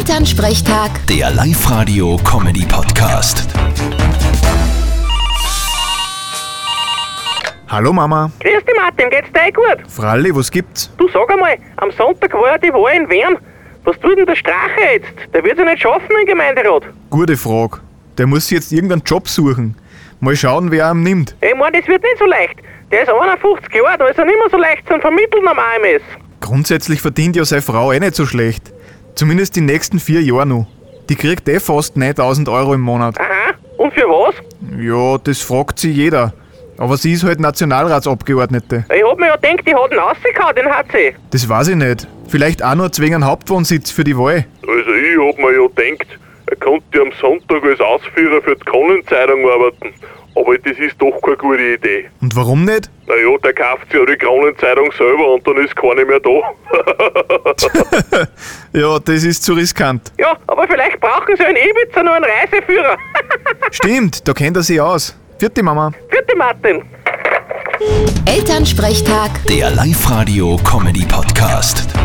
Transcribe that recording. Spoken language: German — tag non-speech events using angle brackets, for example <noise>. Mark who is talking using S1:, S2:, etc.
S1: Elternsprechtag,
S2: Der Live-Radio-Comedy-Podcast.
S3: Hallo Mama.
S4: Grüß dich, Martin, geht's dir eh gut?
S3: Fralli, was gibt's?
S4: Du sag einmal, am Sonntag war ja die Wahl in Wern. Was tut denn der Strache jetzt? Der wird's ja nicht schaffen im Gemeinderat.
S3: Gute Frage. Der muss sich jetzt irgendeinen Job suchen. Mal schauen, wer ihn nimmt.
S4: Ich mein, das wird nicht so leicht. Der ist 51 Jahre, da ist er nicht mehr so leicht zum Vermitteln am AMS.
S3: Grundsätzlich verdient ja seine Frau eh nicht so schlecht. Zumindest die nächsten vier Jahre noch. Die kriegt eh fast 9000 Euro im Monat.
S4: Aha, und für was?
S3: Ja, das fragt sie jeder. Aber sie ist halt Nationalratsabgeordnete.
S4: Ich hab mir ja gedacht, die hat ihn rausgehauen, den HC.
S3: Das weiß ich nicht. Vielleicht auch nur zwingen Hauptwohnsitz für die Wahl.
S5: Also ich hab mir ja gedacht, er könnte am Sonntag als Ausführer für die Kronenzeitung arbeiten. Aber das ist doch keine gute Idee.
S3: Und warum nicht?
S5: Naja, der kauft sich ja die Kronenzeitung selber und dann ist keine mehr da.
S3: Ja, das ist zu riskant.
S4: Ja, aber vielleicht brauchen sie in Ibiza nur einen Reiseführer. <laughs>
S3: Stimmt, da kennt er sie aus. Vierte Mama.
S4: Vierte Martin.
S1: Elternsprechtag.
S2: Der Live-Radio-Comedy-Podcast.